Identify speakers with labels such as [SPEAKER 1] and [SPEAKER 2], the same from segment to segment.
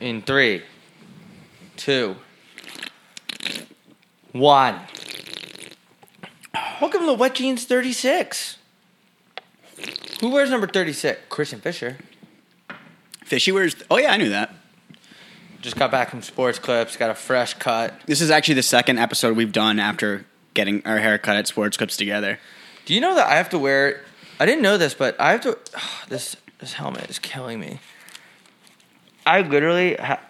[SPEAKER 1] in three, two, one. Welcome to Wet Jeans 36. Who wears number 36? Christian Fisher.
[SPEAKER 2] Fishy wears. Oh yeah, I knew that.
[SPEAKER 1] Just got back from sports clips, got a fresh cut.
[SPEAKER 2] This is actually the second episode we've done after getting our haircut at Sports Clips together.
[SPEAKER 1] Do you know that I have to wear? I didn't know this, but I have to. this this helmet is killing me. I literally, ha-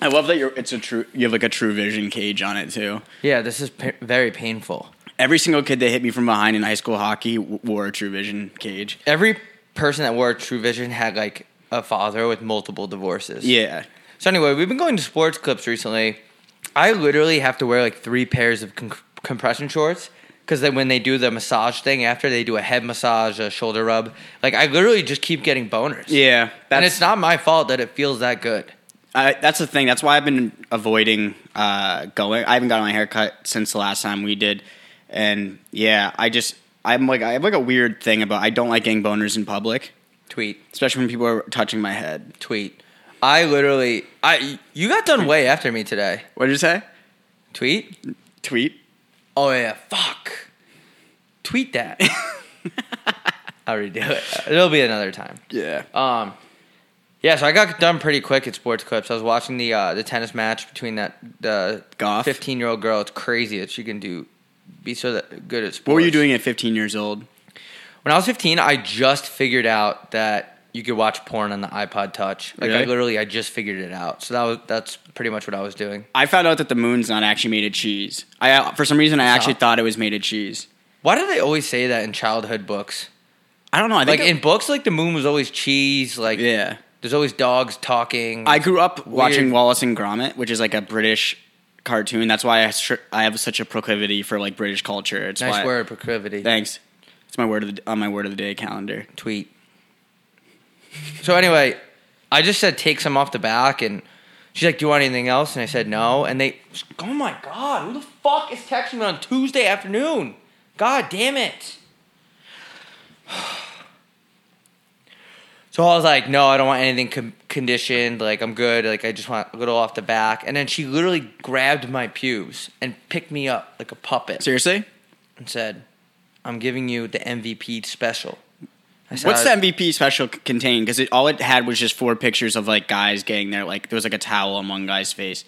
[SPEAKER 2] I love that you're. It's a true. You have like a True Vision cage on it too.
[SPEAKER 1] yeah, this is pa- very painful.
[SPEAKER 2] Every single kid that hit me from behind in high school hockey w- wore a True Vision cage.
[SPEAKER 1] Every person that wore True Vision had like a father with multiple divorces.
[SPEAKER 2] Yeah,
[SPEAKER 1] So anyway, we've been going to sports clips recently. I literally have to wear like three pairs of con- compression shorts because then when they do the massage thing after they do a head massage, a shoulder rub, like I literally just keep getting boners.
[SPEAKER 2] yeah. That's
[SPEAKER 1] and it's not my fault that it feels that good.
[SPEAKER 2] I, that's the thing. That's why I've been avoiding uh, going. I haven't gotten my haircut since the last time we did, and yeah, I just I'm like I have like a weird thing about I don't like getting boners in public,
[SPEAKER 1] Tweet.
[SPEAKER 2] especially when people are touching my head.
[SPEAKER 1] tweet. I literally, I you got done way after me today.
[SPEAKER 2] What did you say?
[SPEAKER 1] Tweet.
[SPEAKER 2] Tweet.
[SPEAKER 1] Oh yeah, fuck. Tweet that. I'll redo it. It'll be another time.
[SPEAKER 2] Yeah.
[SPEAKER 1] Um, yeah. So I got done pretty quick at sports clips. I was watching the uh, the tennis match between that the
[SPEAKER 2] Goff?
[SPEAKER 1] fifteen year old girl. It's crazy that she can do be so that good at sports.
[SPEAKER 2] what were you doing at 15 years old?
[SPEAKER 1] When I was 15, I just figured out that you could watch porn on the iPod Touch. Like I
[SPEAKER 2] Really?
[SPEAKER 1] literally, I just figured it out. So that was that's pretty much what I was doing.
[SPEAKER 2] I found out that the moon's not actually made of cheese. I uh, for some reason I actually
[SPEAKER 1] not?
[SPEAKER 2] thought it was made of cheese.
[SPEAKER 1] Why do they always say that in childhood books?
[SPEAKER 2] I don't know. I
[SPEAKER 1] Like
[SPEAKER 2] think it-
[SPEAKER 1] in books, like the moon was always cheese. Like
[SPEAKER 2] yeah.
[SPEAKER 1] there's always dogs talking.
[SPEAKER 2] I grew up watching
[SPEAKER 1] Weird.
[SPEAKER 2] Wallace and Gromit, which is like a British cartoon. That's why I, str- I have such a proclivity for like British culture. It's
[SPEAKER 1] nice
[SPEAKER 2] why-
[SPEAKER 1] word proclivity.
[SPEAKER 2] Thanks. It's my word of the, on my word of the day calendar.
[SPEAKER 1] Tweet. So anyway, I just said take some off the back, and she's like, "Do you want anything else?" And I said no. And they, oh my god, who the fuck is texting me on Tuesday afternoon? God damn it. So I was like, no, I don't want anything con- conditioned. Like, I'm good. Like, I just want a little off the back. And then she literally grabbed my pubes and picked me up like a puppet
[SPEAKER 2] Seriously?
[SPEAKER 1] and said, I'm giving you the MVP special. I said,
[SPEAKER 2] What's
[SPEAKER 1] "I-
[SPEAKER 2] the MVP special c- contain? Because it, all it had was just four pictures of like guys getting there. Like there was like a towel on one guy's face.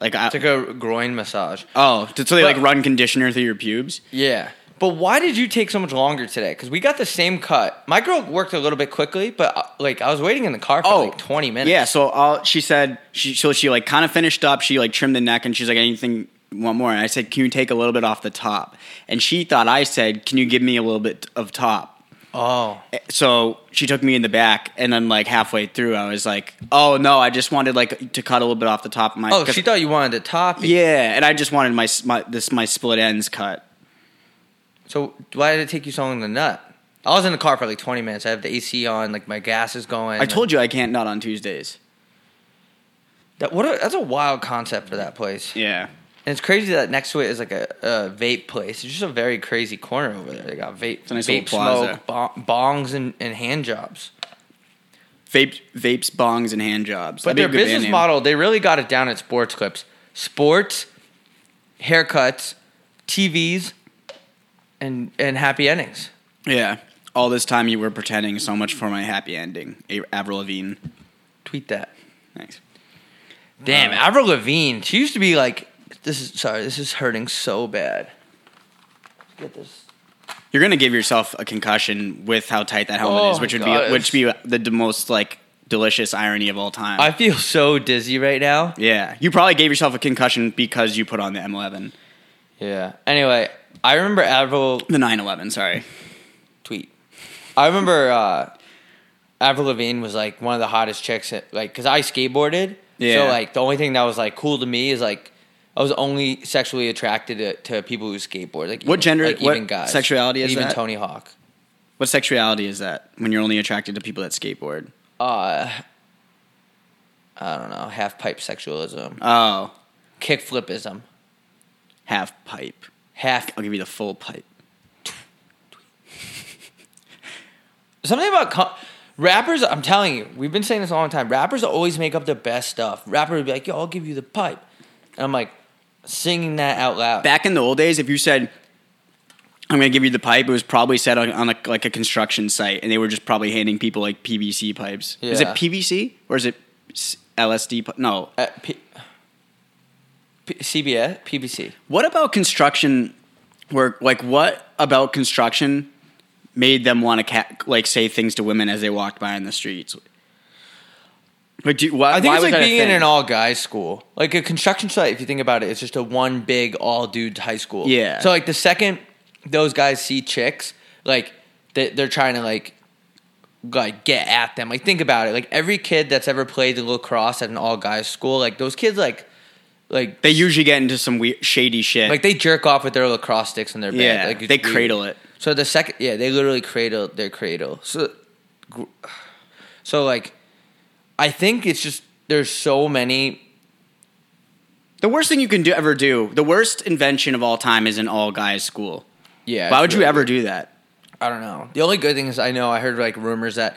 [SPEAKER 2] Like I,
[SPEAKER 1] It's like a groin massage.
[SPEAKER 2] oh, so they
[SPEAKER 1] But-
[SPEAKER 2] like run conditioner through your pubes?
[SPEAKER 1] Yeah. But why did you take so much longer today? Because we got the same cut. My girl worked a little bit quickly, but uh, like I was waiting in the car for
[SPEAKER 2] Oh,
[SPEAKER 1] like 20 minutes.
[SPEAKER 2] Yeah, so all she said, she so she like kind of finished up. She like trimmed the neck, and she's like, anything want more? And I said, can you take a little bit off the top? And she thought I said, can you give me a little bit of top? Eh,
[SPEAKER 1] Oh.
[SPEAKER 2] So she took me in the back, and then like halfway through, I was like, oh no, I just wanted like to cut a little bit off the top of my.
[SPEAKER 1] Oh,
[SPEAKER 2] 'cause-
[SPEAKER 1] she thought you wanted the top.
[SPEAKER 2] yeah, and I just wanted my, s- my this my split ends cut.
[SPEAKER 1] So why did it take you so long to nut? I was in the car for like 20 minutes. I have the AC on, like my gas is going.
[SPEAKER 2] I told you I can't nut on Tuesdays.
[SPEAKER 1] that. What? A, that's a wild concept for that place.
[SPEAKER 2] Yeah,
[SPEAKER 1] And it's crazy that next to it is like a, a vape place. It's just a very crazy corner over there. They got vape,
[SPEAKER 2] a nice
[SPEAKER 1] vape
[SPEAKER 2] little plaza.
[SPEAKER 1] smoke, bon- bongs, and, and hand jobs.
[SPEAKER 2] vape vapes, bongs, and hand jobs.
[SPEAKER 1] But
[SPEAKER 2] That'd be
[SPEAKER 1] their
[SPEAKER 2] a good band
[SPEAKER 1] business
[SPEAKER 2] name.
[SPEAKER 1] model, they really got it down at sports clips. Sports, haircuts, TVs, and and happy endings.
[SPEAKER 2] Yeah. All this time you were pretending so much for my happy ending, A- Avril Lavigne.
[SPEAKER 1] Tweet that.
[SPEAKER 2] Thanks.
[SPEAKER 1] Damn,
[SPEAKER 2] Uh,
[SPEAKER 1] Avril Lavigne. She used to be like this is sorry, this is hurting so bad. Let's get this.
[SPEAKER 2] You're gonna give yourself a concussion with how tight that helmet
[SPEAKER 1] Oh,
[SPEAKER 2] is, which would
[SPEAKER 1] God.
[SPEAKER 2] be which would be the d- most like delicious irony of all time.
[SPEAKER 1] I feel so dizzy right now.
[SPEAKER 2] yeah, you probably gave yourself a concussion because you put on the M11,
[SPEAKER 1] Yeah. Anyway, I remember Avril
[SPEAKER 2] the 911. Sorry.
[SPEAKER 1] tweet. I remember uh, Avril Lavigne was like one of the hottest chicks. At, like, cause I skateboarded, so
[SPEAKER 2] Yeah.
[SPEAKER 1] like the only thing that was like cool to me is like I was only sexually attracted to, to people who skateboard. Like,
[SPEAKER 2] What
[SPEAKER 1] even-
[SPEAKER 2] gender-
[SPEAKER 1] Like,
[SPEAKER 2] what
[SPEAKER 1] even guys.
[SPEAKER 2] sexuality is
[SPEAKER 1] even
[SPEAKER 2] that?
[SPEAKER 1] Tony Hawk.
[SPEAKER 2] What sexuality is that? When you're only attracted to people that skateboard?
[SPEAKER 1] Uh, I don't know. Half pipe sexualism,
[SPEAKER 2] Oh,
[SPEAKER 1] kick flipism,
[SPEAKER 2] half pipe.
[SPEAKER 1] half
[SPEAKER 2] I'll give you the full pipe.
[SPEAKER 1] something about co- Rappers, I'm telling you, we've been saying this a long time. Rappers always make up the best stuff. Rapper would be like, "Yo, I'll give you the pipe," and I'm like, singing that out loud.
[SPEAKER 2] Back in the old days, if you said, "I'm going to give you the pipe," it was probably said on, on a, like a construction site, and they were just probably handing people like PVC pipes. Is it
[SPEAKER 1] Yeah.
[SPEAKER 2] PVC or is it s- LSD? pi- No.
[SPEAKER 1] At P- P- CBS, PBC.
[SPEAKER 2] What about construction work? Like, what about construction made them want to ca- like say things to women as they walked by in the streets? Like, do, why,
[SPEAKER 1] I think
[SPEAKER 2] why
[SPEAKER 1] it's
[SPEAKER 2] was
[SPEAKER 1] like
[SPEAKER 2] that a
[SPEAKER 1] being in
[SPEAKER 2] thing?
[SPEAKER 1] an all guys school. Like a construction site, if you think about it, it's just a one big all dudes high school.
[SPEAKER 2] Yeah.
[SPEAKER 1] So like the second those guys see chicks, like they, they're trying to like like get at them. Like think about it. Like every kid that's ever played the lacrosse at an all guys school, like those kids like like
[SPEAKER 2] They usually get into some weird, shady shit.
[SPEAKER 1] like they jerk off with their lacrosse sticks in their bed.
[SPEAKER 2] yeah,
[SPEAKER 1] Like it's
[SPEAKER 2] they
[SPEAKER 1] weird.
[SPEAKER 2] cradle it.
[SPEAKER 1] So the second, yeah, they literally cradle their cradle. So, gr- so like, I think it's just there's so many.
[SPEAKER 2] The worst thing you can do ever do, the worst invention of all time, is an all guys school.
[SPEAKER 1] Yeah.
[SPEAKER 2] Why
[SPEAKER 1] it's
[SPEAKER 2] would you
[SPEAKER 1] really-
[SPEAKER 2] ever do that?
[SPEAKER 1] I don't know. The only good thing is I know I heard like rumors that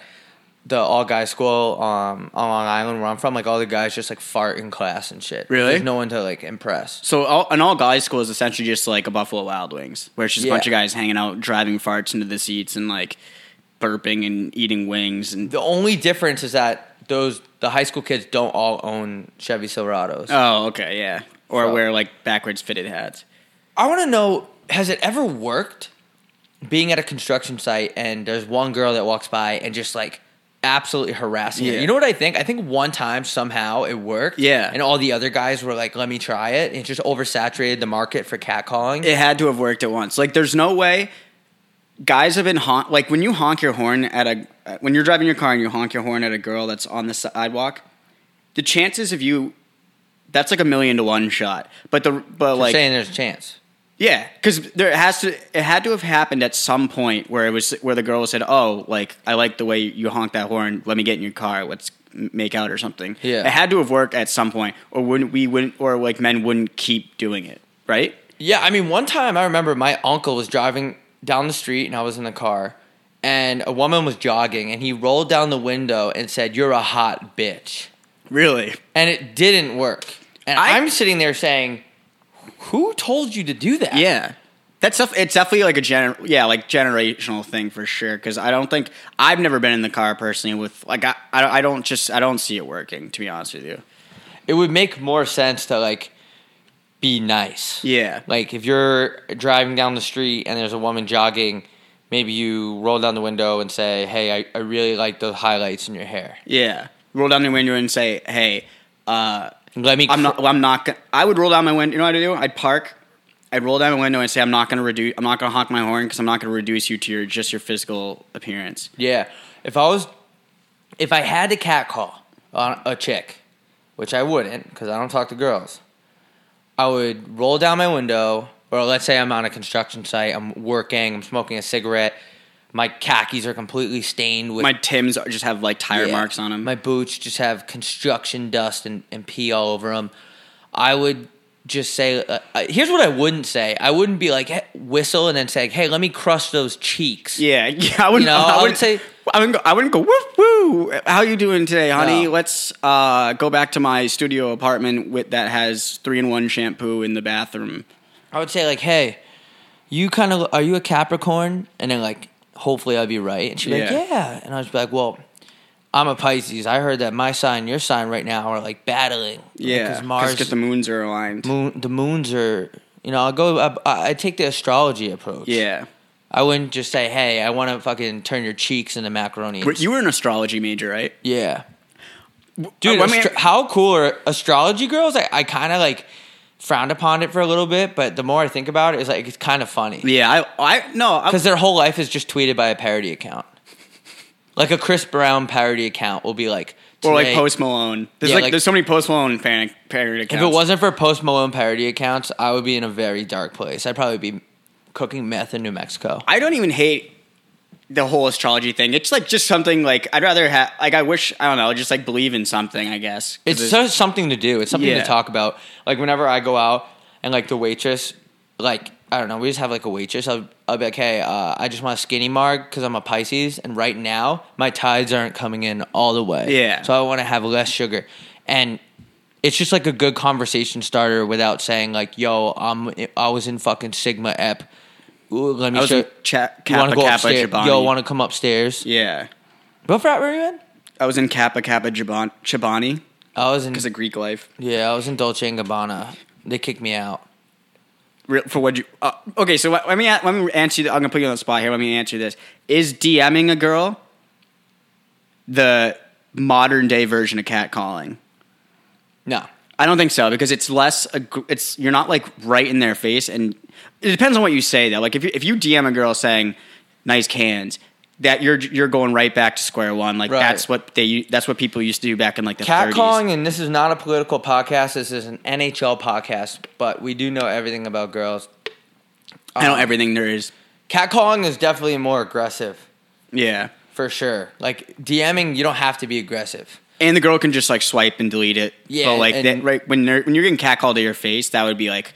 [SPEAKER 1] the all guy school um, on Long Island where I'm from, like all the guys just like fart in class and shit.
[SPEAKER 2] Really?
[SPEAKER 1] There's no one to like impress.
[SPEAKER 2] So all, an all guys school is essentially just like a Buffalo Wild Wings, where it's just a bunch of
[SPEAKER 1] Yeah.
[SPEAKER 2] guys hanging out, driving farts into the seats, and like burping and eating wings and
[SPEAKER 1] The only difference is that those the high school kids don't all own Chevy Silverados.
[SPEAKER 2] Oh, okay, yeah. Or
[SPEAKER 1] So-
[SPEAKER 2] wear like backwards fitted hats.
[SPEAKER 1] I want to know has it ever worked being at a construction site and there's one girl that walks by and just like absolutely harassing her?
[SPEAKER 2] Yeah.
[SPEAKER 1] You know what I think? I think one time somehow it worked.
[SPEAKER 2] Yeah.
[SPEAKER 1] And all the other guys were like, let me try it. It just oversaturated the market for catcalling.
[SPEAKER 2] It had to have worked at once. Like, there's no way guys have been honk. Like when you honk your horn at a uh, when you're driving your car and you honk your horn at a girl that's on the sidewalk, the chances of you that's like a million to one shot. But the but
[SPEAKER 1] Like,
[SPEAKER 2] like
[SPEAKER 1] saying there's a chance.
[SPEAKER 2] Yeah, because there has to it had to have happened at some point where it was where the girl said, "Oh, like I like the way you honk that horn. Let me get in your car. Let's make out or something."
[SPEAKER 1] Yeah.
[SPEAKER 2] it had to have worked at some point, or wouldn't we wouldn't or like men wouldn't keep doing it, right?
[SPEAKER 1] Yeah, I mean, one time I remember my uncle was driving down the street and I was in the car, and a woman was jogging, and he rolled down the window and said, "You're a hot bitch,"
[SPEAKER 2] Really?
[SPEAKER 1] and it didn't work. And
[SPEAKER 2] I-
[SPEAKER 1] I, am sitting there saying, "Who told you to do that?"
[SPEAKER 2] Yeah, that's def- it's definitely like a gener yeah like generational thing for sure. Because I don't think I've never been in the car personally with like I I don't- I don't just I don't see it working to be honest with you.
[SPEAKER 1] it would make more sense to like be nice.
[SPEAKER 2] Yeah,
[SPEAKER 1] Like if you're driving down the street and there's a woman jogging, maybe you roll down the window and say, "Hey, I, I really like the highlights in your hair."
[SPEAKER 2] yeah. Roll down the window and say, "Hey." uh
[SPEAKER 1] Let me.
[SPEAKER 2] I'm
[SPEAKER 1] cr-
[SPEAKER 2] not. I'm not. Gonna, I would roll down my window. You know what I do? I'd park. I'd roll down my window and say, "I'm not going to reduce. I'm not going to honk my horn because I'm not going to reduce you to your just your physical appearance."
[SPEAKER 1] Yeah. If I was, if I had to catcall on a chick, which I wouldn't because I don't talk to girls, I would roll down my window, or let's say I'm on a construction site, I'm working, I'm smoking a cigarette, my khakis are completely stained with
[SPEAKER 2] My Tims just have like tire
[SPEAKER 1] yeah.
[SPEAKER 2] marks on them.
[SPEAKER 1] My boots just have construction dust and, and pee all over them. I would just say, uh, uh, here's what I wouldn't say. I wouldn't be like, "Hey," whistle and then say, hey, let me crush those cheeks.
[SPEAKER 2] yeah, yeah. I wouldn't.
[SPEAKER 1] You know, I
[SPEAKER 2] I
[SPEAKER 1] would
[SPEAKER 2] wouldn't
[SPEAKER 1] say-
[SPEAKER 2] I wouldn't go. I wouldn't go. Woof woo. How you doing today, honey?
[SPEAKER 1] No.
[SPEAKER 2] Let's uh, go back to my studio apartment with that has three in one shampoo in the bathroom.
[SPEAKER 1] I would say like, "Hey, you kind of are you a Capricorn?" And then like, hopefully I'd be right. And she'd be
[SPEAKER 2] Yeah.
[SPEAKER 1] like, "Yeah." And I'd just be like, "Well, I'm a Pisces. I heard that my sign, and your sign, right now are like battling.
[SPEAKER 2] Yeah,
[SPEAKER 1] because Mars,
[SPEAKER 2] the moons are aligned.
[SPEAKER 1] moon, the moons are. You know, I'll go. I, I I take the astrology approach.
[SPEAKER 2] Yeah,
[SPEAKER 1] I wouldn't just say, "Hey, I want to fucking turn your cheeks into macaroni." and
[SPEAKER 2] But you were an astrology major, right?
[SPEAKER 1] yeah. Dude,
[SPEAKER 2] uh, I mean-
[SPEAKER 1] astro- how cool are astrology girls? I, I kind of like frowned upon it for a little bit, but the more I think about it, it's like it's kind of funny.
[SPEAKER 2] Yeah, I, I no, I,
[SPEAKER 1] Because their whole life is just tweeted by a parody account. Like a Chris Brown parody account will be like,
[SPEAKER 2] Or like
[SPEAKER 1] today-
[SPEAKER 2] Post Malone. There's
[SPEAKER 1] Yeah,
[SPEAKER 2] like,
[SPEAKER 1] like-
[SPEAKER 2] there's so many Post Malone fan parody
[SPEAKER 1] If
[SPEAKER 2] accounts.
[SPEAKER 1] it wasn't for Post Malone parody accounts, I would be in a very dark place. I'd probably be cooking meth in New Mexico.
[SPEAKER 2] I don't even hate the whole astrology thing. It's like just something like I'd rather have. Like I wish I don't know. Just like believe in something. I guess 'Cause
[SPEAKER 1] It's so- something to do. It's something
[SPEAKER 2] Yeah.
[SPEAKER 1] to talk about. Like whenever I go out and like the waitress, like I don't know. We just have like a waitress. I'll, I'll be like, hey, uh, I just want a skinny marg because I'm a Pisces, and right now my tides aren't coming in all the way.
[SPEAKER 2] Yeah.
[SPEAKER 1] So I want to have less sugar, and it's just like a good conversation starter without saying like, yo, I'm I was in fucking Sigma Ep. Ooh, let me
[SPEAKER 2] I was
[SPEAKER 1] show.
[SPEAKER 2] in cha-
[SPEAKER 1] you want
[SPEAKER 2] Kappa
[SPEAKER 1] to go
[SPEAKER 2] Kappa
[SPEAKER 1] upstairs?
[SPEAKER 2] Chobani.
[SPEAKER 1] Yo, want to come upstairs?
[SPEAKER 2] yeah.
[SPEAKER 1] What frat were you in?
[SPEAKER 2] I was in Kappa Kappa Jabon- Chobani
[SPEAKER 1] I was in.
[SPEAKER 2] because of Greek life.
[SPEAKER 1] Yeah, I was in Dolce and Gabbana. They kicked me out.
[SPEAKER 2] Real- For what you uh, okay? So let let me a- let me answer. The, I'm gonna put you on the spot here. Let me answer this. Is DMing a girl the modern day version of catcalling?
[SPEAKER 1] No.
[SPEAKER 2] I don't think so because it's less. ag- It's you're not like right in their face, and it depends on what you say though. Like if you if you DM a girl saying "nice cans," that you're you're going right back to square one. Like
[SPEAKER 1] Right.
[SPEAKER 2] that's what they u- that's what people used to do back in like the
[SPEAKER 1] Catcalling,
[SPEAKER 2] 30s.
[SPEAKER 1] and this is not a political podcast. This is an NHL podcast, but we do know everything about girls.
[SPEAKER 2] I know
[SPEAKER 1] Um,
[SPEAKER 2] everything there is.
[SPEAKER 1] Catcalling is definitely more aggressive,
[SPEAKER 2] Yeah,
[SPEAKER 1] for sure. Like DMing, you don't have to be aggressive.
[SPEAKER 2] and the girl can just like swipe and delete it.
[SPEAKER 1] Yeah,
[SPEAKER 2] but like
[SPEAKER 1] and-
[SPEAKER 2] that, right when they're, when you're getting catcalled to your face, that would be like.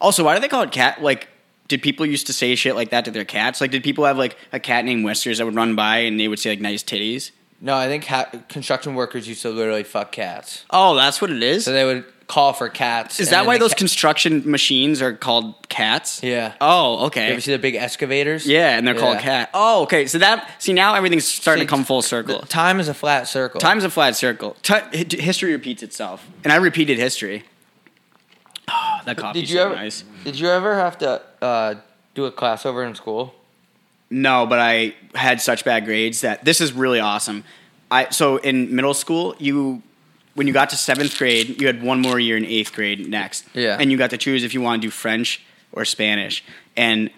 [SPEAKER 2] Also, why do they call it cat? Like, did people used to say shit like that to their cats? Like, did people have like a cat named Whiskers that would run by and they would say like "nice titties"?
[SPEAKER 1] No, I think ha- construction workers used to literally fuck cats.
[SPEAKER 2] Oh, that's what it is.
[SPEAKER 1] So they would call for cats.
[SPEAKER 2] Is
[SPEAKER 1] and
[SPEAKER 2] that
[SPEAKER 1] then
[SPEAKER 2] why
[SPEAKER 1] the
[SPEAKER 2] those
[SPEAKER 1] ca-
[SPEAKER 2] construction machines are called cats?
[SPEAKER 1] yeah.
[SPEAKER 2] Oh,
[SPEAKER 1] You
[SPEAKER 2] okay.
[SPEAKER 1] ever see the big excavators?
[SPEAKER 2] Yeah, and they're called
[SPEAKER 1] Yeah.
[SPEAKER 2] cat. Oh, okay. So that see now everything's starting
[SPEAKER 1] See,
[SPEAKER 2] to come full circle.
[SPEAKER 1] Time is a flat circle.
[SPEAKER 2] Time's a flat circle. Ti- hi- history repeats itself, and I repeated history. Oh, that coffee's
[SPEAKER 1] Did you
[SPEAKER 2] so
[SPEAKER 1] ever?
[SPEAKER 2] nice.
[SPEAKER 1] Did you ever have to uh, do a class over in school?
[SPEAKER 2] No, but I had such bad grades that this is really awesome. I so in middle school, you when you got to seventh grade, you had one more year in eighth grade next.
[SPEAKER 1] Yeah.
[SPEAKER 2] And you got to choose if you want to do French or Spanish. And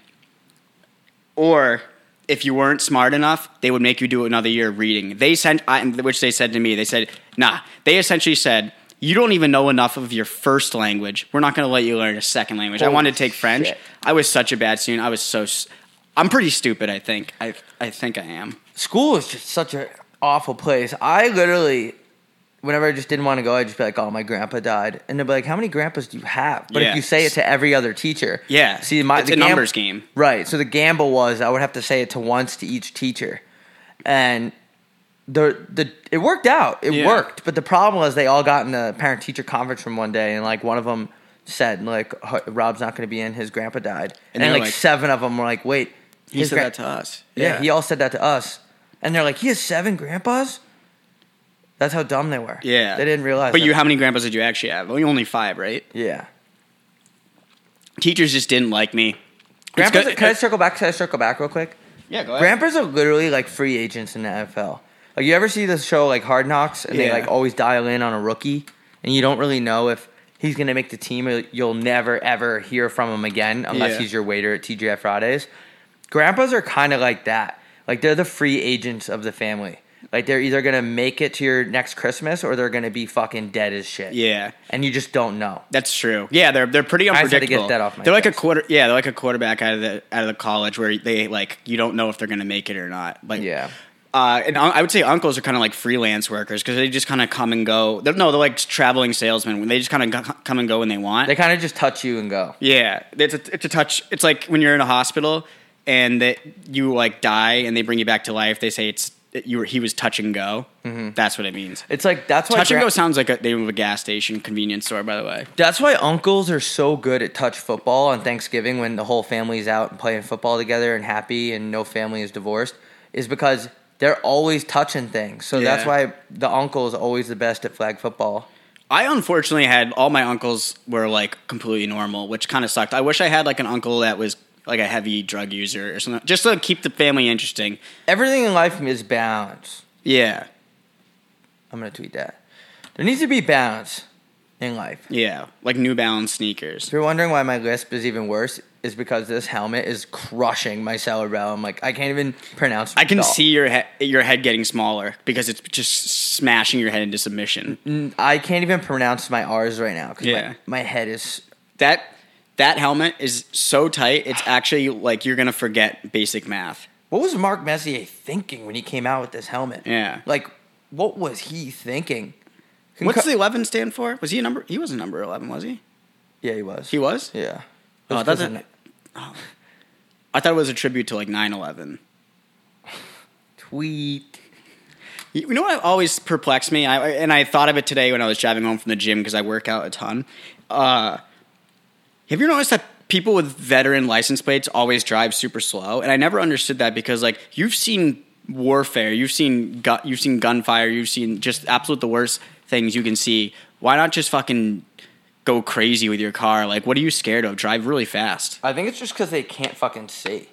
[SPEAKER 2] or if you weren't smart enough, they would make you do another year of reading. They sent, I, which they said to me, they said, nah, they essentially said, you don't even know enough of your first language. We're not going to let you learn a second language. I
[SPEAKER 1] Holy
[SPEAKER 2] wanted to take French.
[SPEAKER 1] shit.
[SPEAKER 2] I was such a bad student. I was so, s- I'm pretty stupid, I think. I, I think I am.
[SPEAKER 1] school is just such an awful place. I literally, whenever I just didn't want to go, I'd just be like, "Oh, my grandpa died," and they'd be like, "How many grandpas do you have?" But
[SPEAKER 2] Yeah.
[SPEAKER 1] if you say it to every other teacher,
[SPEAKER 2] Yeah.
[SPEAKER 1] see, my
[SPEAKER 2] it's
[SPEAKER 1] the
[SPEAKER 2] a
[SPEAKER 1] gam-
[SPEAKER 2] numbers game.
[SPEAKER 1] right? So the gamble was I would have to say it to once to each teacher, and the the it worked out, it
[SPEAKER 2] Yeah.
[SPEAKER 1] worked. But the problem was they all got in a parent teacher conference room one day, and like one of them said like "H- Rob's not going to be in, his grandpa died, and,
[SPEAKER 2] And they're
[SPEAKER 1] like,
[SPEAKER 2] like-
[SPEAKER 1] seven of them were like, "Wait."
[SPEAKER 2] He
[SPEAKER 1] his
[SPEAKER 2] said
[SPEAKER 1] gra-
[SPEAKER 2] that to us.
[SPEAKER 1] yeah. he all said that to us. And they're like, he has seven grandpas? That's how dumb they were.
[SPEAKER 2] yeah.
[SPEAKER 1] They didn't realize.
[SPEAKER 2] But you,
[SPEAKER 1] that.
[SPEAKER 2] how many grandpas did you actually have? Only- Only five, right?
[SPEAKER 1] Yeah.
[SPEAKER 2] Teachers just didn't like me. It's
[SPEAKER 1] Grandpas,
[SPEAKER 2] good-
[SPEAKER 1] can I circle back? Can I circle back real quick?
[SPEAKER 2] yeah, go ahead.
[SPEAKER 1] Grandpas are literally like free agents in the NFL. Like, you ever see the show like Hard Knocks and they
[SPEAKER 2] Yeah.
[SPEAKER 1] like always dial in on a rookie and you don't really know if he's going to make the team or you'll never ever hear from him again unless
[SPEAKER 2] Yeah.
[SPEAKER 1] he's your waiter at TGI Fridays. Grandpas are kind of like that. Like, they're the free agents of the family. Like, they're either going to make it to your next Christmas or they're going to be fucking dead as shit.
[SPEAKER 2] yeah.
[SPEAKER 1] And you just don't know.
[SPEAKER 2] That's true. Yeah, they're they're pretty
[SPEAKER 1] just had to
[SPEAKER 2] unpredictable.
[SPEAKER 1] get that off my
[SPEAKER 2] they're like
[SPEAKER 1] chest.
[SPEAKER 2] a quarter. Yeah, they're like a quarterback out of the out of the college where they like you don't know if they're going to make it or not. Like
[SPEAKER 1] Yeah.
[SPEAKER 2] Uh, and un- I would say uncles are kind of like freelance workers because they just kind of come and go. They're, no, they're like traveling salesmen. They just kind of g- come and go when they want.
[SPEAKER 1] They kind of just touch you and go.
[SPEAKER 2] yeah, it's a, it's a touch. It's like when you're in a hospital and that you like die and they bring you back to life. They say it's that you were he was touch and go. That's what it means.
[SPEAKER 1] It's Mm-hmm. like, that's why.
[SPEAKER 2] Touch and
[SPEAKER 1] gra-
[SPEAKER 2] go sounds like a name of a gas station convenience store. By the way,
[SPEAKER 1] That's why uncles are so good at touch football on Thanksgiving when the whole family's out and playing football together and happy and no family is divorced, is because they're always touching things. So that's
[SPEAKER 2] Yeah.
[SPEAKER 1] why the uncle is always the best at flag football.
[SPEAKER 2] I unfortunately had all my uncles were like completely normal, which kind of sucked. I wish I had like an uncle that was like a heavy drug user or something, just to keep the family interesting.
[SPEAKER 1] Everything in life is balance.
[SPEAKER 2] Yeah,
[SPEAKER 1] I'm going to tweet that. There needs to be balance in life.
[SPEAKER 2] yeah, like New Balance sneakers.
[SPEAKER 1] If you're wondering why my lisp is even worse, is because this helmet is crushing my cerebellum. Like, I can't even pronounce
[SPEAKER 2] I can
[SPEAKER 1] the-
[SPEAKER 2] see your head, your head getting smaller because it's just smashing your head into submission.
[SPEAKER 1] N- I can't even pronounce my R's right now because
[SPEAKER 2] Yeah.
[SPEAKER 1] my, my head is
[SPEAKER 2] That that helmet is so tight; it's actually like you're gonna forget basic math.
[SPEAKER 1] What was Mark Messier thinking when he came out with this helmet?
[SPEAKER 2] Yeah.
[SPEAKER 1] Like, what was he thinking? Concu-
[SPEAKER 2] What's the eleven stand for? Was he a number? He was a number eleven, was he?
[SPEAKER 1] Yeah, he was.
[SPEAKER 2] He was.
[SPEAKER 1] Yeah. It
[SPEAKER 2] Oh,
[SPEAKER 1] was
[SPEAKER 2] that's
[SPEAKER 1] 'cause
[SPEAKER 2] a-
[SPEAKER 1] of-
[SPEAKER 2] I thought it was a tribute to like 9/11.
[SPEAKER 1] Tweet.
[SPEAKER 2] You you know what always perplexed me? I, and I thought of it today when I was driving home from the gym because I work out a ton. Uh, have you noticed that people with veteran license plates always drive super slow? And I never understood that because, like, you've seen warfare, you've seen gu- you've seen gunfire, you've seen just absolute the worst things you can see. Why not just fucking go crazy with your car? Like, what are you scared of? Drive really fast.
[SPEAKER 1] I think it's just because they can't fucking see.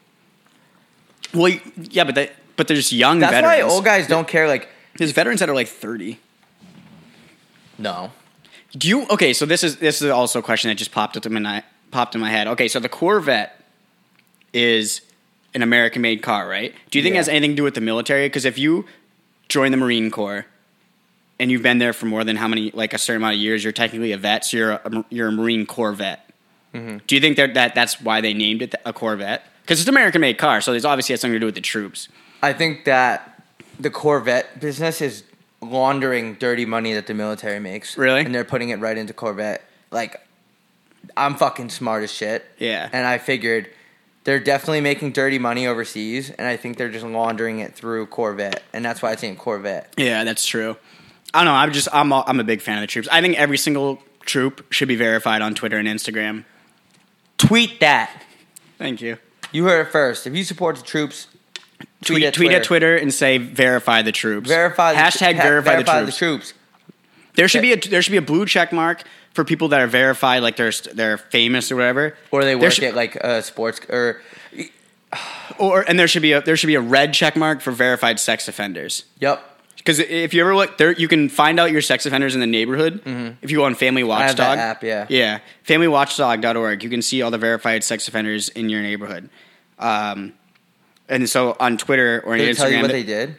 [SPEAKER 2] Well, y- yeah, but that, but there's young
[SPEAKER 1] That's
[SPEAKER 2] veterans.
[SPEAKER 1] why old guys don't care. Like,
[SPEAKER 2] There's veterans that are like thirty.
[SPEAKER 1] no.
[SPEAKER 2] Do you okay? So this is this is also a question that just popped up in my popped in my head. Okay, so the Corvette is an American made car, right? Do you think it
[SPEAKER 1] Yeah.
[SPEAKER 2] has anything to do with the military? Because if you join the Marine Corps and you've been there for more than how many like a certain amount of years, you're technically a vet, so you're a, you're a Marine Corvette. Do you think that that that's why they named it a Corvette? Because it's an American made car, so it's obviously has something to do with the troops.
[SPEAKER 1] I think that the Corvette business is laundering dirty money that the military makes.
[SPEAKER 2] Really?
[SPEAKER 1] And they're putting it right into Corvette. Like, I'm fucking smart as shit.
[SPEAKER 2] Yeah.
[SPEAKER 1] And I figured they're definitely making dirty money overseas, and I think they're just laundering it through Corvette, and that's why it's named Corvette.
[SPEAKER 2] Yeah, that's true. I don't know. I'm just I'm a, I'm a big fan of the troops. I think every single troop should be verified on Twitter and Instagram.
[SPEAKER 1] Tweet that.
[SPEAKER 2] Thank you.
[SPEAKER 1] You heard it first. If you support the troops,
[SPEAKER 2] Tweet, tweet, at, Twitter. and say verify the troops.
[SPEAKER 1] Verify the
[SPEAKER 2] hashtag
[SPEAKER 1] ha-
[SPEAKER 2] verify, the,
[SPEAKER 1] the
[SPEAKER 2] troops.
[SPEAKER 1] troops.
[SPEAKER 2] There should be a there should be a blue check mark for people that are verified, like they're they're famous or whatever,
[SPEAKER 1] Or they
[SPEAKER 2] There
[SPEAKER 1] work
[SPEAKER 2] should-
[SPEAKER 1] at like a sports or
[SPEAKER 2] Or and there should be a there should be a red check mark for verified sex offenders.
[SPEAKER 1] yep.
[SPEAKER 2] Because if you ever look there, you can find out your sex offenders in the neighborhood. If you go on Family
[SPEAKER 1] Mm-hmm. have that
[SPEAKER 2] Watchdog
[SPEAKER 1] app, yeah.
[SPEAKER 2] yeah, FamilyWatchdog.org, you can see all the verified sex offenders in your neighborhood. Um, and so on Twitter or
[SPEAKER 1] They
[SPEAKER 2] Instagram,
[SPEAKER 1] tell you what
[SPEAKER 2] th-
[SPEAKER 1] they did.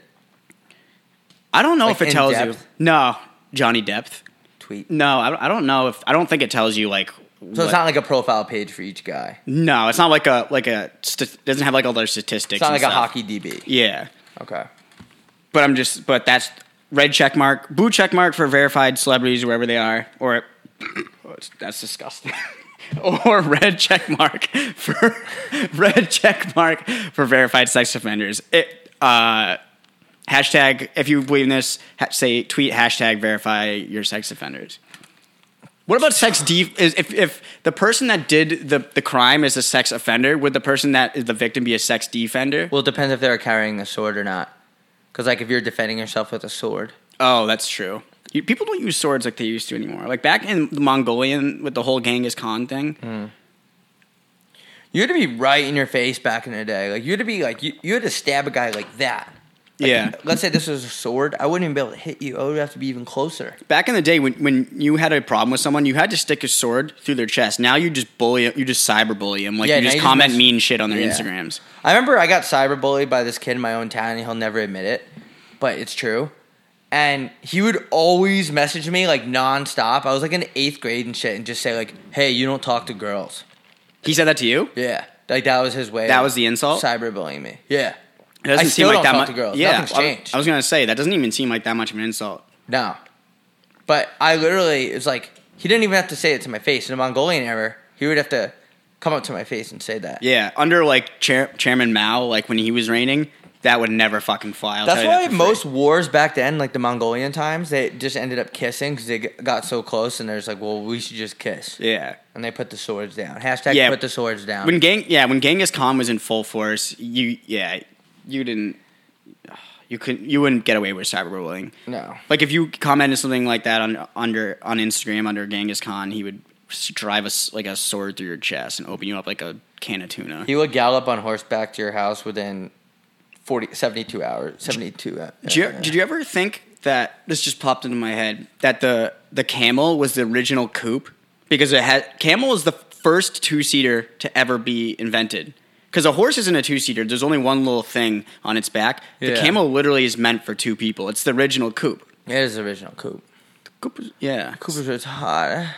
[SPEAKER 2] I don't know
[SPEAKER 1] like,
[SPEAKER 2] if it
[SPEAKER 1] in
[SPEAKER 2] tells you.
[SPEAKER 1] depth?
[SPEAKER 2] No, Johnny Depth.
[SPEAKER 1] Tweet.
[SPEAKER 2] No, I don't, I don't know if I don't think it tells you like.
[SPEAKER 1] So
[SPEAKER 2] what-
[SPEAKER 1] it's not like a profile page for each guy.
[SPEAKER 2] no, it's not like a like a st- doesn't have like all their statistics.
[SPEAKER 1] It's not
[SPEAKER 2] and
[SPEAKER 1] like a
[SPEAKER 2] stuff.
[SPEAKER 1] hockey DB.
[SPEAKER 2] Yeah,
[SPEAKER 1] Okay.
[SPEAKER 2] but I'm just but that's red check mark, blue check mark for verified celebrities wherever they are, or oh, it's- that's disgusting. or red check mark for red check mark for verified sex offenders. It uh, hashtag if you believe in this, ha- say tweet hashtag verify your sex offenders. What about sex def- is if if the person that did the, the crime is a sex offender, would the person that is the victim be a sex defender?
[SPEAKER 1] Well, it depends if they're carrying a sword or not. Because like if you're defending yourself with a sword,
[SPEAKER 2] Oh, that's true. You, people don't use swords like they used to anymore. Like back in the Mongolian with the whole Genghis Khan thing.
[SPEAKER 1] you had to be right in your face back in the day. Like you had to be like you, you had to stab a guy like that. Like,
[SPEAKER 2] Yeah.
[SPEAKER 1] Let's say this was a sword. I wouldn't even be able to hit you. I would have to be even closer.
[SPEAKER 2] Back in the day, when, when you had a problem with someone, you had to stick a sword through their chest. Now you just bully, you just cyberbully them. Like
[SPEAKER 1] Yeah,
[SPEAKER 2] you
[SPEAKER 1] now
[SPEAKER 2] just
[SPEAKER 1] you just
[SPEAKER 2] comment
[SPEAKER 1] mess-
[SPEAKER 2] mean shit on their
[SPEAKER 1] Yeah.
[SPEAKER 2] Instagrams.
[SPEAKER 1] I remember I got cyberbullied by this kid in my own town, and he'll never admit it, but it's true. And he would always message me like nonstop. I was like in eighth grade and shit, and just say like, "Hey, you don't talk to girls."
[SPEAKER 2] He said that to you.
[SPEAKER 1] Yeah, like that was his way.
[SPEAKER 2] That
[SPEAKER 1] of
[SPEAKER 2] was the insult?
[SPEAKER 1] Cyberbullying me. Yeah,
[SPEAKER 2] It doesn't
[SPEAKER 1] I
[SPEAKER 2] seem
[SPEAKER 1] still
[SPEAKER 2] like
[SPEAKER 1] don't
[SPEAKER 2] that
[SPEAKER 1] talk
[SPEAKER 2] much.
[SPEAKER 1] to girls.
[SPEAKER 2] Yeah,
[SPEAKER 1] Nothing's
[SPEAKER 2] I-
[SPEAKER 1] changed.
[SPEAKER 2] I, was gonna say that doesn't even seem like that much of an insult.
[SPEAKER 1] no, but I literally it was like he didn't even have to say it to my face. In a Mongolian era, he would have to come up to my face and say that.
[SPEAKER 2] Yeah, under like chair, Chairman Mao, like when he was reigning, that would never fucking fly. I'll
[SPEAKER 1] That's
[SPEAKER 2] tell you that
[SPEAKER 1] why
[SPEAKER 2] for free.
[SPEAKER 1] most wars back then, like the Mongolian times, they just ended up kissing because they g- got so close, and they're just like, "Well, we should just kiss,"
[SPEAKER 2] Yeah.
[SPEAKER 1] and they put the swords down. Hashtag
[SPEAKER 2] Yeah.
[SPEAKER 1] put the swords down.
[SPEAKER 2] When Gang, yeah, when Genghis Khan was in full force, you, yeah, you didn't, you couldn't, you wouldn't get away with cyberbullying.
[SPEAKER 1] no,
[SPEAKER 2] Like if you commented something like that on under on Instagram under Genghis Khan, he would s- drive us like a sword through your chest and open you up like a can of tuna.
[SPEAKER 1] he would gallop on horseback to your house within 40, 72 hours. Seventy-two. Uh,
[SPEAKER 2] Did you, did you ever think that this just popped into my head that the the camel was the original coupe because it had camel is the first two seater to ever be invented because a horse isn't a two seater. There's only one little thing on its back. The
[SPEAKER 1] Yeah.
[SPEAKER 2] camel literally is meant for two people. It's the original coupe.
[SPEAKER 1] uh, It is the original coupe.
[SPEAKER 2] coupe is, yeah.
[SPEAKER 1] Cooper's was hot. Yeah,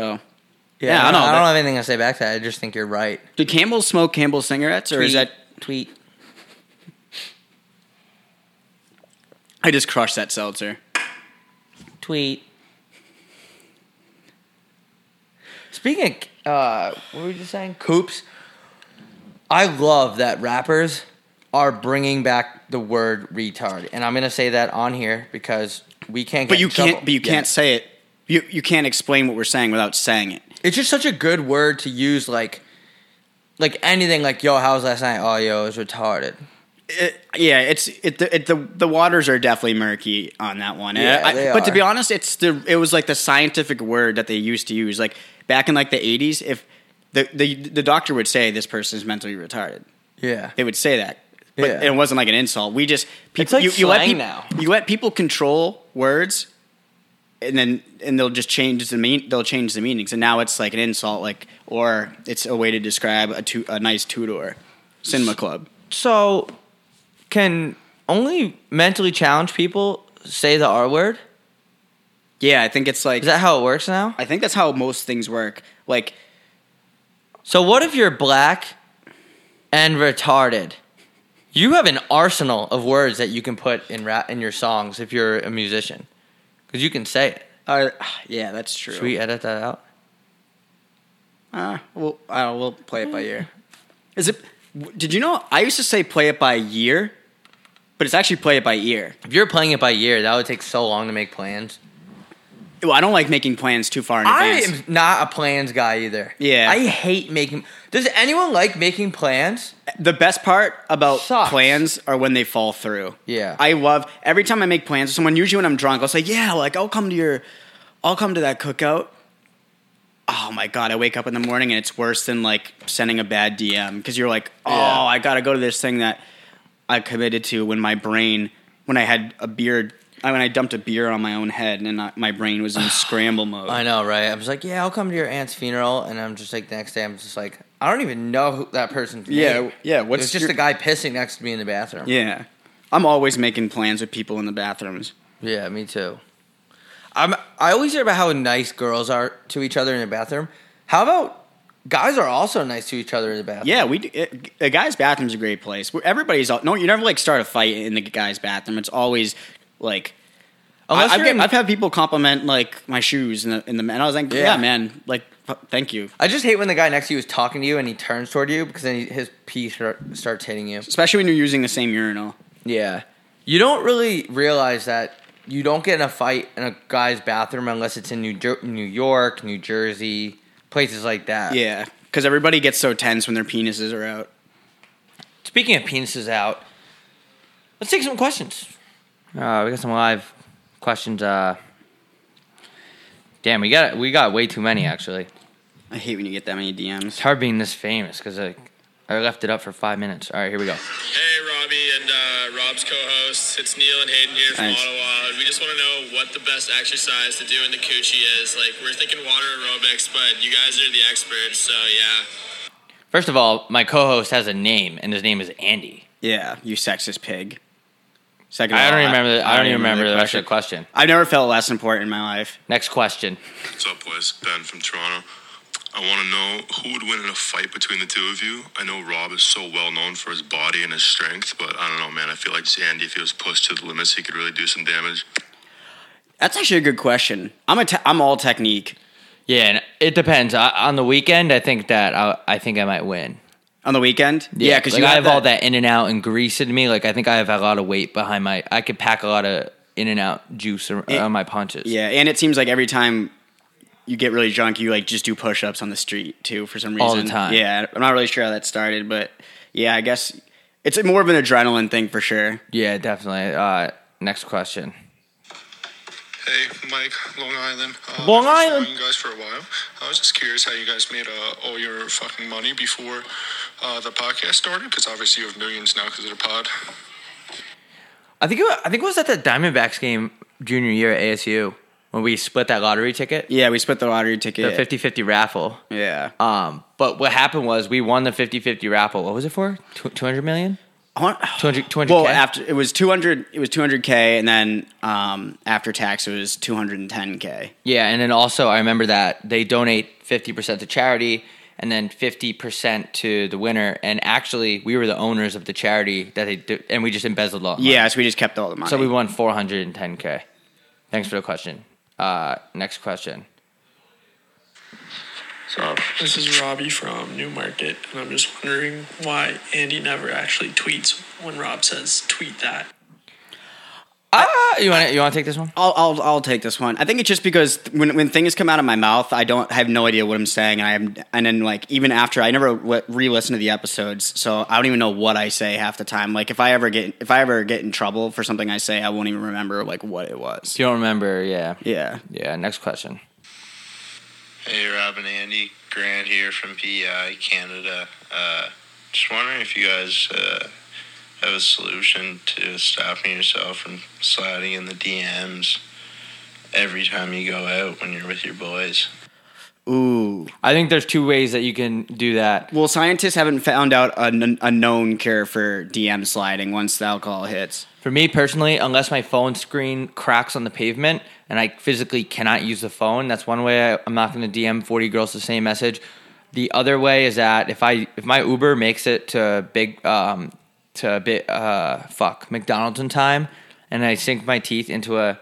[SPEAKER 1] I, don't,
[SPEAKER 2] know.
[SPEAKER 1] I don't
[SPEAKER 2] that-
[SPEAKER 1] have anything to say back to that. I just think you're right.
[SPEAKER 2] do camels smoke Campbell's cigarettes or is that
[SPEAKER 1] tweet?
[SPEAKER 2] I just crushed that seltzer.
[SPEAKER 1] Tweet. Speaking of, uh, what were you just saying? Coops. I love that rappers are bringing back the word retard, and I'm gonna say that on here because we can't. Get
[SPEAKER 2] But you
[SPEAKER 1] in trouble.
[SPEAKER 2] can't. But you
[SPEAKER 1] Yeah.
[SPEAKER 2] can't say it. You you can't explain what we're saying without saying it.
[SPEAKER 1] It's just such a good word to use, like, like anything. Like, yo, how was last night? Oh, yo, it was retarded.
[SPEAKER 2] it, yeah, it's it, the- it the the waters are definitely murky on that one. And
[SPEAKER 1] Yeah,
[SPEAKER 2] I-
[SPEAKER 1] they
[SPEAKER 2] but to
[SPEAKER 1] are.
[SPEAKER 2] be honest, it's the it was like the scientific word that they used to use like back in like the 80s if the the, the doctor would say this person is mentally retarded.
[SPEAKER 1] Yeah.
[SPEAKER 2] They would say that. But
[SPEAKER 1] Yeah.
[SPEAKER 2] it wasn't like an insult. We just people
[SPEAKER 1] like
[SPEAKER 2] you, you let
[SPEAKER 1] slang
[SPEAKER 2] peop-
[SPEAKER 1] now.
[SPEAKER 2] you let people control words and then and they'll just change the mean they'll change the meanings and now it's like an insult like or it's a way to describe a tu- a nice two door cinema club.
[SPEAKER 1] So, can only mentally challenged people say the R word?
[SPEAKER 2] Yeah, I think it's like
[SPEAKER 1] Is that how it works now?
[SPEAKER 2] I think that's how most things work. Like,
[SPEAKER 1] So, what if you're black and retarded? You have an arsenal of words that you can put in rap in your songs if you're a musician, because you can say it.
[SPEAKER 2] uh, yeah, that's true.
[SPEAKER 1] Should we edit that out?
[SPEAKER 2] Uh, we'll, uh, we'll play it by ear. Is it? w- Did you know? I used to say play it by year, but it's actually play it by ear.
[SPEAKER 1] If you're playing it by year, that would take so long to make plans.
[SPEAKER 2] Well, I don't like making plans too far in
[SPEAKER 1] I
[SPEAKER 2] advance.
[SPEAKER 1] am not a plans guy either.
[SPEAKER 2] Yeah.
[SPEAKER 1] I hate making. Does anyone like making plans?
[SPEAKER 2] The best part about
[SPEAKER 1] Sucks.
[SPEAKER 2] plans are when they fall through.
[SPEAKER 1] Yeah.
[SPEAKER 2] I love every time I make plans with someone, usually when I'm drunk, I'll say, Yeah, like I'll come to your I'll come to that cookout. Oh my god, I wake up in the morning and it's worse than like sending a bad DM because you're like, Oh,
[SPEAKER 1] Yeah.
[SPEAKER 2] I gotta go to this thing that I committed to when my brain when I had a beard I when I dumped a beer on my own head and I, my brain was in scramble mode.
[SPEAKER 1] I know, right? I'm just like, yeah, I'll come to your aunt's funeral, and I'm just like, the next day, I'm just like, I don't even know who that person's
[SPEAKER 2] Yeah,
[SPEAKER 1] name.
[SPEAKER 2] yeah,
[SPEAKER 1] It
[SPEAKER 2] what's
[SPEAKER 1] was just
[SPEAKER 2] your-
[SPEAKER 1] a guy pissing next to me in the bathroom.
[SPEAKER 2] Yeah. I'm always making plans with people in the bathrooms.
[SPEAKER 1] Yeah, me too. I'm. I always hear about how nice girls are to each other in the bathroom. How about guys are also nice to each other in the bathroom?
[SPEAKER 2] Yeah, we do, it, a guy's bathroom's a great place. Where everybody's all, no, you never like start a fight in the guy's bathroom. It's always like I,
[SPEAKER 1] Unless
[SPEAKER 2] I've,
[SPEAKER 1] you're
[SPEAKER 2] get-
[SPEAKER 1] in-
[SPEAKER 2] I've had people compliment like my shoes in the in the and I was like, yeah,
[SPEAKER 1] Yeah.
[SPEAKER 2] man, like f- thank you.
[SPEAKER 1] I just hate when the guy next to you is talking to you and he turns toward you because then he, his pee start, starts hitting you.
[SPEAKER 2] Especially when you're using the same urinal.
[SPEAKER 1] Yeah. You don't really realize that you don't get in a fight in a guy's bathroom unless it's in New, Jer- New York, New Jersey, places like that.
[SPEAKER 2] Yeah, because everybody gets so tense when their penises are out.
[SPEAKER 1] Speaking of penises out, let's take some questions. Uh, we got some live questions. Uh, damn, we got we got way too many actually.
[SPEAKER 2] I hate when you get that many DMs.
[SPEAKER 1] It's hard being this famous because I, I left it up for five minutes. All right, here we go.
[SPEAKER 3] Hey, Robbie and uh, Rob's co-hosts. It's Neil and Hayden here from
[SPEAKER 2] Thanks.
[SPEAKER 3] Ottawa. and We just want to know what the best exercise to do in the coochie is. Like, we're thinking water aerobics, but you guys are the experts, so yeah.
[SPEAKER 1] First of all, my co-host has a name, and his name is Andy.
[SPEAKER 2] Yeah, you sexist pig. Second, of
[SPEAKER 1] I
[SPEAKER 2] all,
[SPEAKER 1] don't remember. The, I don't even remember the rest
[SPEAKER 2] question.
[SPEAKER 1] of the question.
[SPEAKER 2] I've never felt less important in my life.
[SPEAKER 1] Next question.
[SPEAKER 4] What's up, boys? Ben from Toronto. I want to know who would win in a fight between the two of you. I know Rob is so well known for his body and his strength, but I don't know, man. I feel like Sandy, if he was pushed to the limits, he could really do some damage.
[SPEAKER 2] That's actually a good question. I'm a te- I'm all technique.
[SPEAKER 1] Yeah, and it depends. I, on the weekend, I think that I, I think I might win.
[SPEAKER 2] On the weekend? Yeah, because
[SPEAKER 1] like,
[SPEAKER 2] you
[SPEAKER 1] I
[SPEAKER 2] have
[SPEAKER 1] have all that in and out and grease in me. Like I think I have a lot of weight behind my. I could pack a lot of in and out juice ar-
[SPEAKER 2] It-
[SPEAKER 1] on my punches.
[SPEAKER 2] Yeah, and it seems like every time you get really drunk, you like just do push ups on the street too for some reason.
[SPEAKER 1] All the time.
[SPEAKER 2] Yeah, I'm not really sure how that started, but yeah, I guess it's more of an adrenaline thing for sure.
[SPEAKER 1] yeah, definitely. Uh, next question.
[SPEAKER 5] Hey, Mike, Long Island. Uh, I've
[SPEAKER 1] Long
[SPEAKER 5] been
[SPEAKER 1] Island.
[SPEAKER 5] following You guys for a while. I was just curious how you guys made uh, all your fucking money before uh, the podcast started, because obviously you have millions now because of the pod.
[SPEAKER 1] I think it wa- I think it was at the Diamondbacks game junior year at ASU when we split that lottery ticket,
[SPEAKER 2] Yeah, we split the lottery ticket.
[SPEAKER 1] the 50-50 raffle.
[SPEAKER 2] Yeah,
[SPEAKER 1] Um, but what happened was we won the 50-50 raffle. What was it for? Two hundred million.
[SPEAKER 2] I want-
[SPEAKER 1] 200 200K?
[SPEAKER 2] Well, after it was 200, it was 200k, and then um, after tax, it was 210k.
[SPEAKER 1] Yeah, and then also I remember that they donate fifty percent to charity and then fifty percent to the winner. And actually, we were the owners of the charity that they do, and we just embezzled all. the money.
[SPEAKER 2] Yeah, so we just kept all the money.
[SPEAKER 1] so we won four hundred and ten k. Thanks for the question. Uh, next question.
[SPEAKER 4] So
[SPEAKER 6] This is Robbie from Newmarket, and I'm just wondering why Andy never actually tweets when Rob says tweet that.
[SPEAKER 1] Ah, you want to you want to take this one?
[SPEAKER 2] I'll, I'll I'll take this one. I think it's just because when when things come out of my mouth, I don't I have no idea what I'm saying, and I'm and then like even after I never w- re-listen to the episodes, so I don't even know what I say half the time. Like if I ever get if I ever get in trouble for something I say, I won't even remember like what it was.
[SPEAKER 1] You don't remember? Yeah.
[SPEAKER 2] Yeah,
[SPEAKER 1] Yeah. Next question.
[SPEAKER 3] Hey, Rob and Andy, Grant here from PEI Canada. Uh, just wondering if you guys uh, have a solution to stopping yourself from sliding in the DMs every time you go out when you're with your boys.
[SPEAKER 2] ooh.
[SPEAKER 1] I think there's two ways that you can do that.
[SPEAKER 2] Well, scientists haven't found out a, kn- a known cure for DM sliding once the alcohol hits.
[SPEAKER 1] For me personally, unless my phone screen cracks on the pavement and I physically cannot use the phone, that's one way I, I'm not going to DM 40 girls the same message. The other way is that if I if my Uber makes it to big um to bit uh fuck McDonald's in time and I sink my teeth into a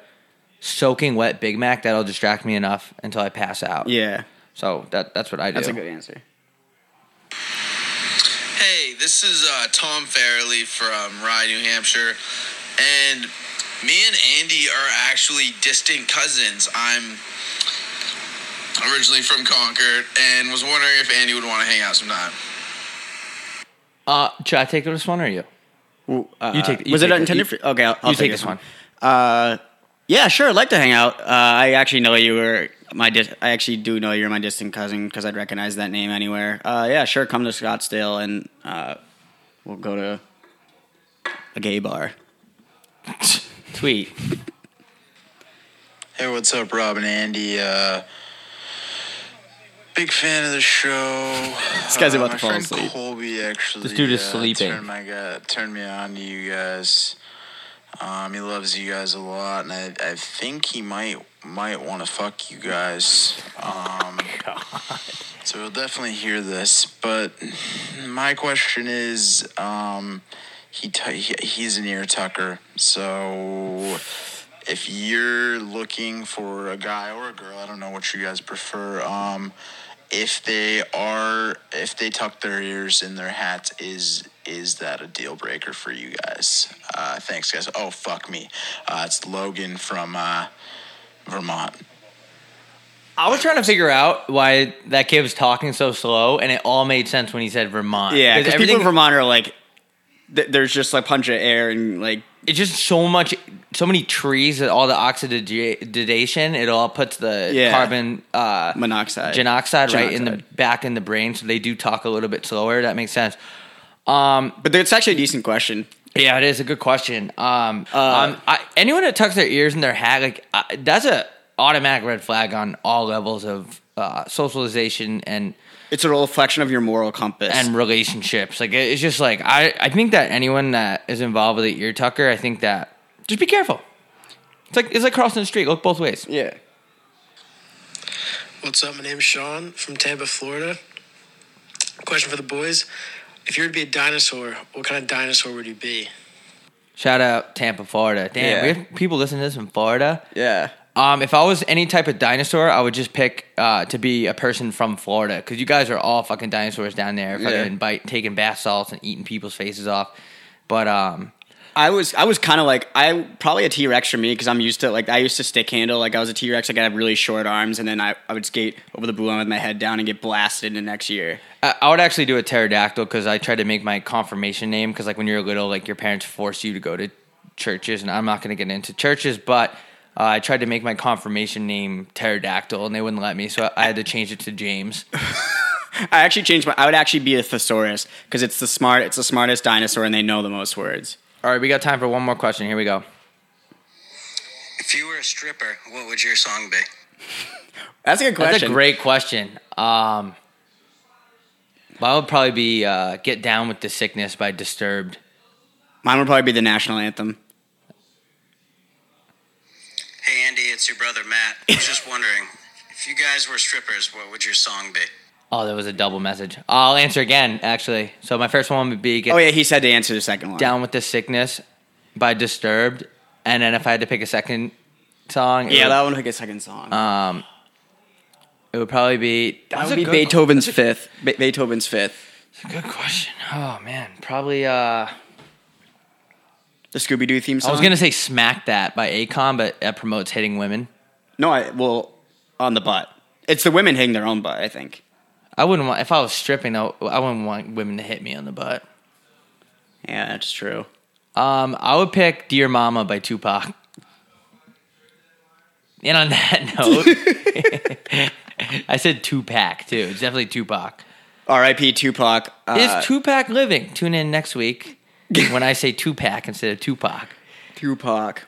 [SPEAKER 1] soaking wet Big Mac, that'll distract me enough until I pass out.
[SPEAKER 2] Yeah,
[SPEAKER 1] So that that's what I do.
[SPEAKER 2] that's a good answer.
[SPEAKER 3] Hey, this is uh, Tom Farrelly from Rye, New Hampshire, and me and Andy are actually distant cousins. I'm originally from Concord and was wondering if Andy would want to hang out sometime.
[SPEAKER 1] Uh, should I take this one or you? you take. You
[SPEAKER 2] Uh, was
[SPEAKER 1] take
[SPEAKER 2] it intended for? Okay, I'll, I'll
[SPEAKER 1] you take
[SPEAKER 2] it.
[SPEAKER 1] this one.
[SPEAKER 2] Yeah, sure. I'd like to hang out. Uh, I actually know you were my. Dis- I actually do know you're my distant cousin because I'd recognize that name anywhere. Uh, yeah, sure. Come to Scottsdale and uh, we'll go to a gay bar.
[SPEAKER 1] Tweet.
[SPEAKER 7] Hey, what's up, Rob and Andy? Uh, big fan of the show.
[SPEAKER 2] This guy's
[SPEAKER 7] Uh,
[SPEAKER 2] about
[SPEAKER 7] my
[SPEAKER 2] to fall
[SPEAKER 7] friend
[SPEAKER 2] asleep.
[SPEAKER 7] Colby actually.
[SPEAKER 1] This dude is
[SPEAKER 7] uh,
[SPEAKER 1] sleeping.
[SPEAKER 7] Turned my guy, turned me on to you guys. Um, he loves you guys a lot, and I, I think he might might want to fuck you guys. Um, so he'll definitely hear this. But my question is, um, he, t- he he's an ear tucker, so if you're looking for a guy or a girl, I don't know what you guys prefer. Um, if they are, if they tuck their ears in their hats, is is that a deal breaker for you guys? Uh, thanks, guys. Oh fuck me, uh, it's Logan from uh, Vermont.
[SPEAKER 1] I was trying to figure out why that kid was talking so slow, and it all made sense when he said Vermont.
[SPEAKER 2] Yeah, because people
[SPEAKER 1] everything
[SPEAKER 2] in Vermont are like, th- there's just like punch of air and like
[SPEAKER 1] it's just so much, so many trees that all the oxidation it all puts the
[SPEAKER 2] Yeah.
[SPEAKER 1] carbon uh,
[SPEAKER 2] monoxide.
[SPEAKER 1] genoxide right in the
[SPEAKER 2] Genoxide.
[SPEAKER 1] back in the brain, so they do talk a little bit slower. That makes sense. Um,
[SPEAKER 2] But it's actually a decent question.
[SPEAKER 1] Yeah, it is a good question. Um,
[SPEAKER 2] Uh,
[SPEAKER 1] um, I, anyone that tucks their ears in their hat, like uh, that's a automatic red flag on all levels of uh, socialization and
[SPEAKER 2] It's a reflection of your moral compass.
[SPEAKER 1] and relationships. Like it- it's just like I, I think that anyone that is involved with the ear tucker, I think that just be careful. It's like it's like crossing the street. Look both ways.
[SPEAKER 2] yeah.
[SPEAKER 6] What's up? My name's Sean from Tampa, Florida. Question for the boys If you were to be a dinosaur, what kind of dinosaur would you be?
[SPEAKER 1] Shout out Tampa, Florida. Damn,
[SPEAKER 2] Yeah.
[SPEAKER 1] we have people listening to this in Florida.
[SPEAKER 2] Yeah.
[SPEAKER 1] Um, if I was any type of dinosaur, I would just pick uh, to be a person from Florida because you guys are all fucking dinosaurs down there, fucking
[SPEAKER 2] Yeah.
[SPEAKER 1] bite, taking bath salts and eating people's faces off. But um,
[SPEAKER 2] I was I was kind of like I probably a T Rex for me because I'm used to like I used to stick handle like I was a T Rex like I had really short arms and then I, I would skate over the blue line with my head down and get blasted in the next year.
[SPEAKER 1] I, I would actually do a pterodactyl because I tried to make my confirmation name because like when you're little, like your parents force you to go to churches, and I'm not going to get into churches, but. Uh, I tried to make my confirmation name pterodactyl, and they wouldn't let me, so I had to change it to James.
[SPEAKER 2] I actually changed my I would actually be a thesaurus because it's the smart it's the smartest dinosaur and they know the most words.
[SPEAKER 1] All right, we got time for one more question. Here we go.
[SPEAKER 8] If you were a stripper, what would your song be?
[SPEAKER 2] That's a good question.
[SPEAKER 1] That's a great question. Um, mine would probably be uh, "Get Down with the Sickness" by Disturbed.
[SPEAKER 2] Mine would probably be the national anthem.
[SPEAKER 8] Hey Andy, it's your brother Matt. I was just wondering, if you guys were strippers, what would your song be?
[SPEAKER 1] Oh, there was a double message. I'll answer again, actually. So my first one would be "Get
[SPEAKER 2] Oh yeah, he said to answer the second one.
[SPEAKER 1] Down with the Sickness" by Disturbed, and then if I had to pick a second song, it
[SPEAKER 2] Yeah,
[SPEAKER 1] would-
[SPEAKER 2] that one would get second song.
[SPEAKER 1] um, It would probably be.
[SPEAKER 2] That
[SPEAKER 1] was
[SPEAKER 2] would
[SPEAKER 1] a
[SPEAKER 2] be
[SPEAKER 1] good-
[SPEAKER 2] Beethoven's fifth. Be- Beethoven's fifth.
[SPEAKER 1] that's a Good question. Oh man, probably. uh
[SPEAKER 2] The Scooby Doo theme song.
[SPEAKER 1] I was gonna say "Smack That" by Akon, but that promotes hitting women.
[SPEAKER 2] No, I well on the butt. It's the women hitting their own butt. I think.
[SPEAKER 1] I wouldn't want if I was stripping. I I wouldn't want women to hit me on the butt.
[SPEAKER 2] Yeah, that's true.
[SPEAKER 1] Um, I would pick "Dear Mama" by Tupac. And on that note, I said Tupac too. It's definitely Tupac.
[SPEAKER 2] R.I.P. Tupac. Uh,
[SPEAKER 1] Is Tupac living? Tune in next week when I say Tupac instead of Tupac.
[SPEAKER 2] Tupac.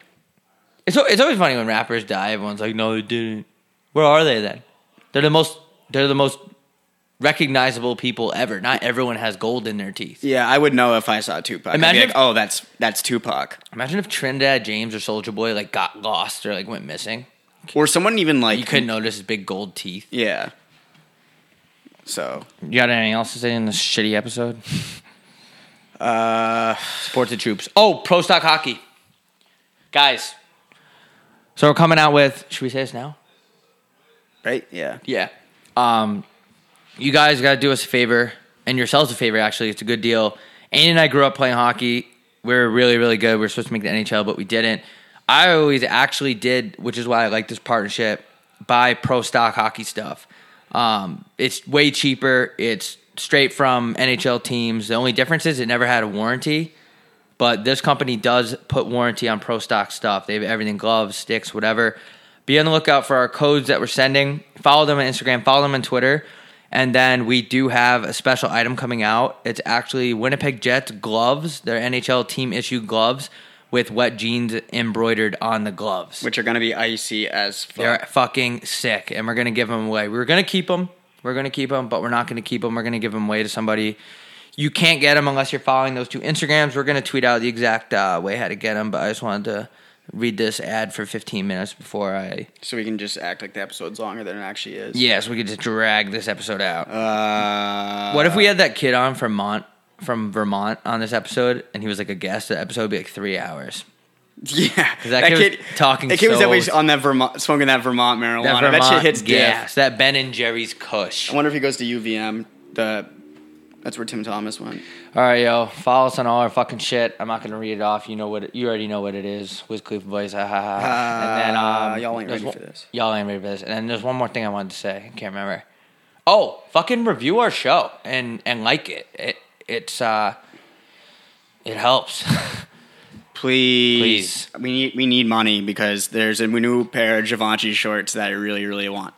[SPEAKER 1] It's al- it's always funny when rappers die. Everyone's like, "No, they didn't." Where are they then? They're the most. They're the most recognizable people ever. Not everyone has gold in their teeth.
[SPEAKER 2] Yeah, I would know if I saw Tupac. I'd be
[SPEAKER 1] Imagine
[SPEAKER 2] like,
[SPEAKER 1] if-
[SPEAKER 2] oh, that's that's Tupac,
[SPEAKER 1] Imagine if Trinidad James or Soldier Boy like got lost or like went missing.
[SPEAKER 2] or someone even like
[SPEAKER 1] You couldn't notice his big gold teeth.
[SPEAKER 2] Yeah. So
[SPEAKER 1] You got anything else to say in this shitty episode? Uh, support the troops. Oh, pro stock hockey, guys. So we're coming out with. Should we say this now?
[SPEAKER 2] right, yeah,
[SPEAKER 1] Yeah. Um, you guys got to do us a favor and yourselves a favor. Actually, it's a good deal. Andy and I grew up playing hockey. We are really, really good. We are supposed to make the NHL, but we didn't. I always actually did, which is why I like this partnership. Buy pro stock hockey stuff. Um, it's way cheaper. It's straight from NHL teams. The only difference is it never had a warranty but this company does put warranty on pro stock stuff. They have everything gloves, sticks, whatever. Be on the lookout for our codes that we're sending. Follow them on Instagram, follow them on Twitter. And then we do have a special item coming out. It's actually Winnipeg Jets gloves, their NHL team issue gloves with wet jeans embroidered on the gloves.
[SPEAKER 2] which are gonna be icy as fuck.
[SPEAKER 1] They're fucking sick, and we're gonna give them away. We were gonna keep them. We're gonna keep them, but we're not gonna keep them. We're gonna give them away to somebody. You can't get them unless you're following those two Instagrams. We're gonna tweet out the exact uh, way how to get them. But I just wanted to read this ad for 15 minutes before I.
[SPEAKER 2] so we can just act like the episode's longer than it actually is.
[SPEAKER 1] Yes, we could just drag this episode out.
[SPEAKER 2] Uh,
[SPEAKER 1] what if we had that kid on from Mont from Vermont on this episode, and he was like a guest? The episode would be like three hours.
[SPEAKER 2] Yeah, that,
[SPEAKER 1] kid was talking
[SPEAKER 2] That kid was
[SPEAKER 1] so-
[SPEAKER 2] always on that Vermont, smoking that Vermont marijuana.
[SPEAKER 1] That
[SPEAKER 2] That,
[SPEAKER 1] Vermont
[SPEAKER 2] shit hits
[SPEAKER 1] gas,
[SPEAKER 2] death.
[SPEAKER 1] That Ben and Jerry's Kush.
[SPEAKER 2] I wonder if he goes to UVM. The that's where Tim Thomas went.
[SPEAKER 1] All right, yo. Follow us on all our fucking shit. I'm not gonna read it off. You know what? It, you already know what it is. Wiz Khalifa boys. Ha ha ha. and then um,
[SPEAKER 2] Uh, y'all ain't
[SPEAKER 1] there's
[SPEAKER 2] ready
[SPEAKER 1] one-
[SPEAKER 2] for this.
[SPEAKER 1] Y'all ain't ready for this. And then there's one more thing I wanted to say. I can't remember. Oh, fucking review our show and and like it. It it's uh, it helps.
[SPEAKER 2] Please, we need we need money because there's a new pair of Givenchy shorts that I really really want.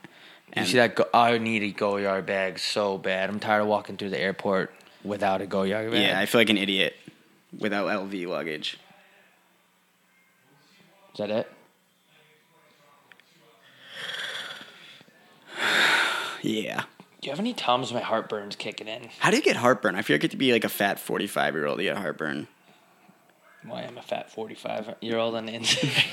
[SPEAKER 1] you see that? Go- I need a go yard bag so bad. I'm tired of walking through the airport without a go yard bag.
[SPEAKER 2] Yeah, I feel like an idiot without LV luggage.
[SPEAKER 1] Is that it?
[SPEAKER 2] Yeah.
[SPEAKER 1] Do you have any tums? My heartburn's kicking in.
[SPEAKER 2] How do you get heartburn? I feel like you have to be like a fat 45 year old to get heartburn.
[SPEAKER 1] Why I'm a fat 45 year old on the inside.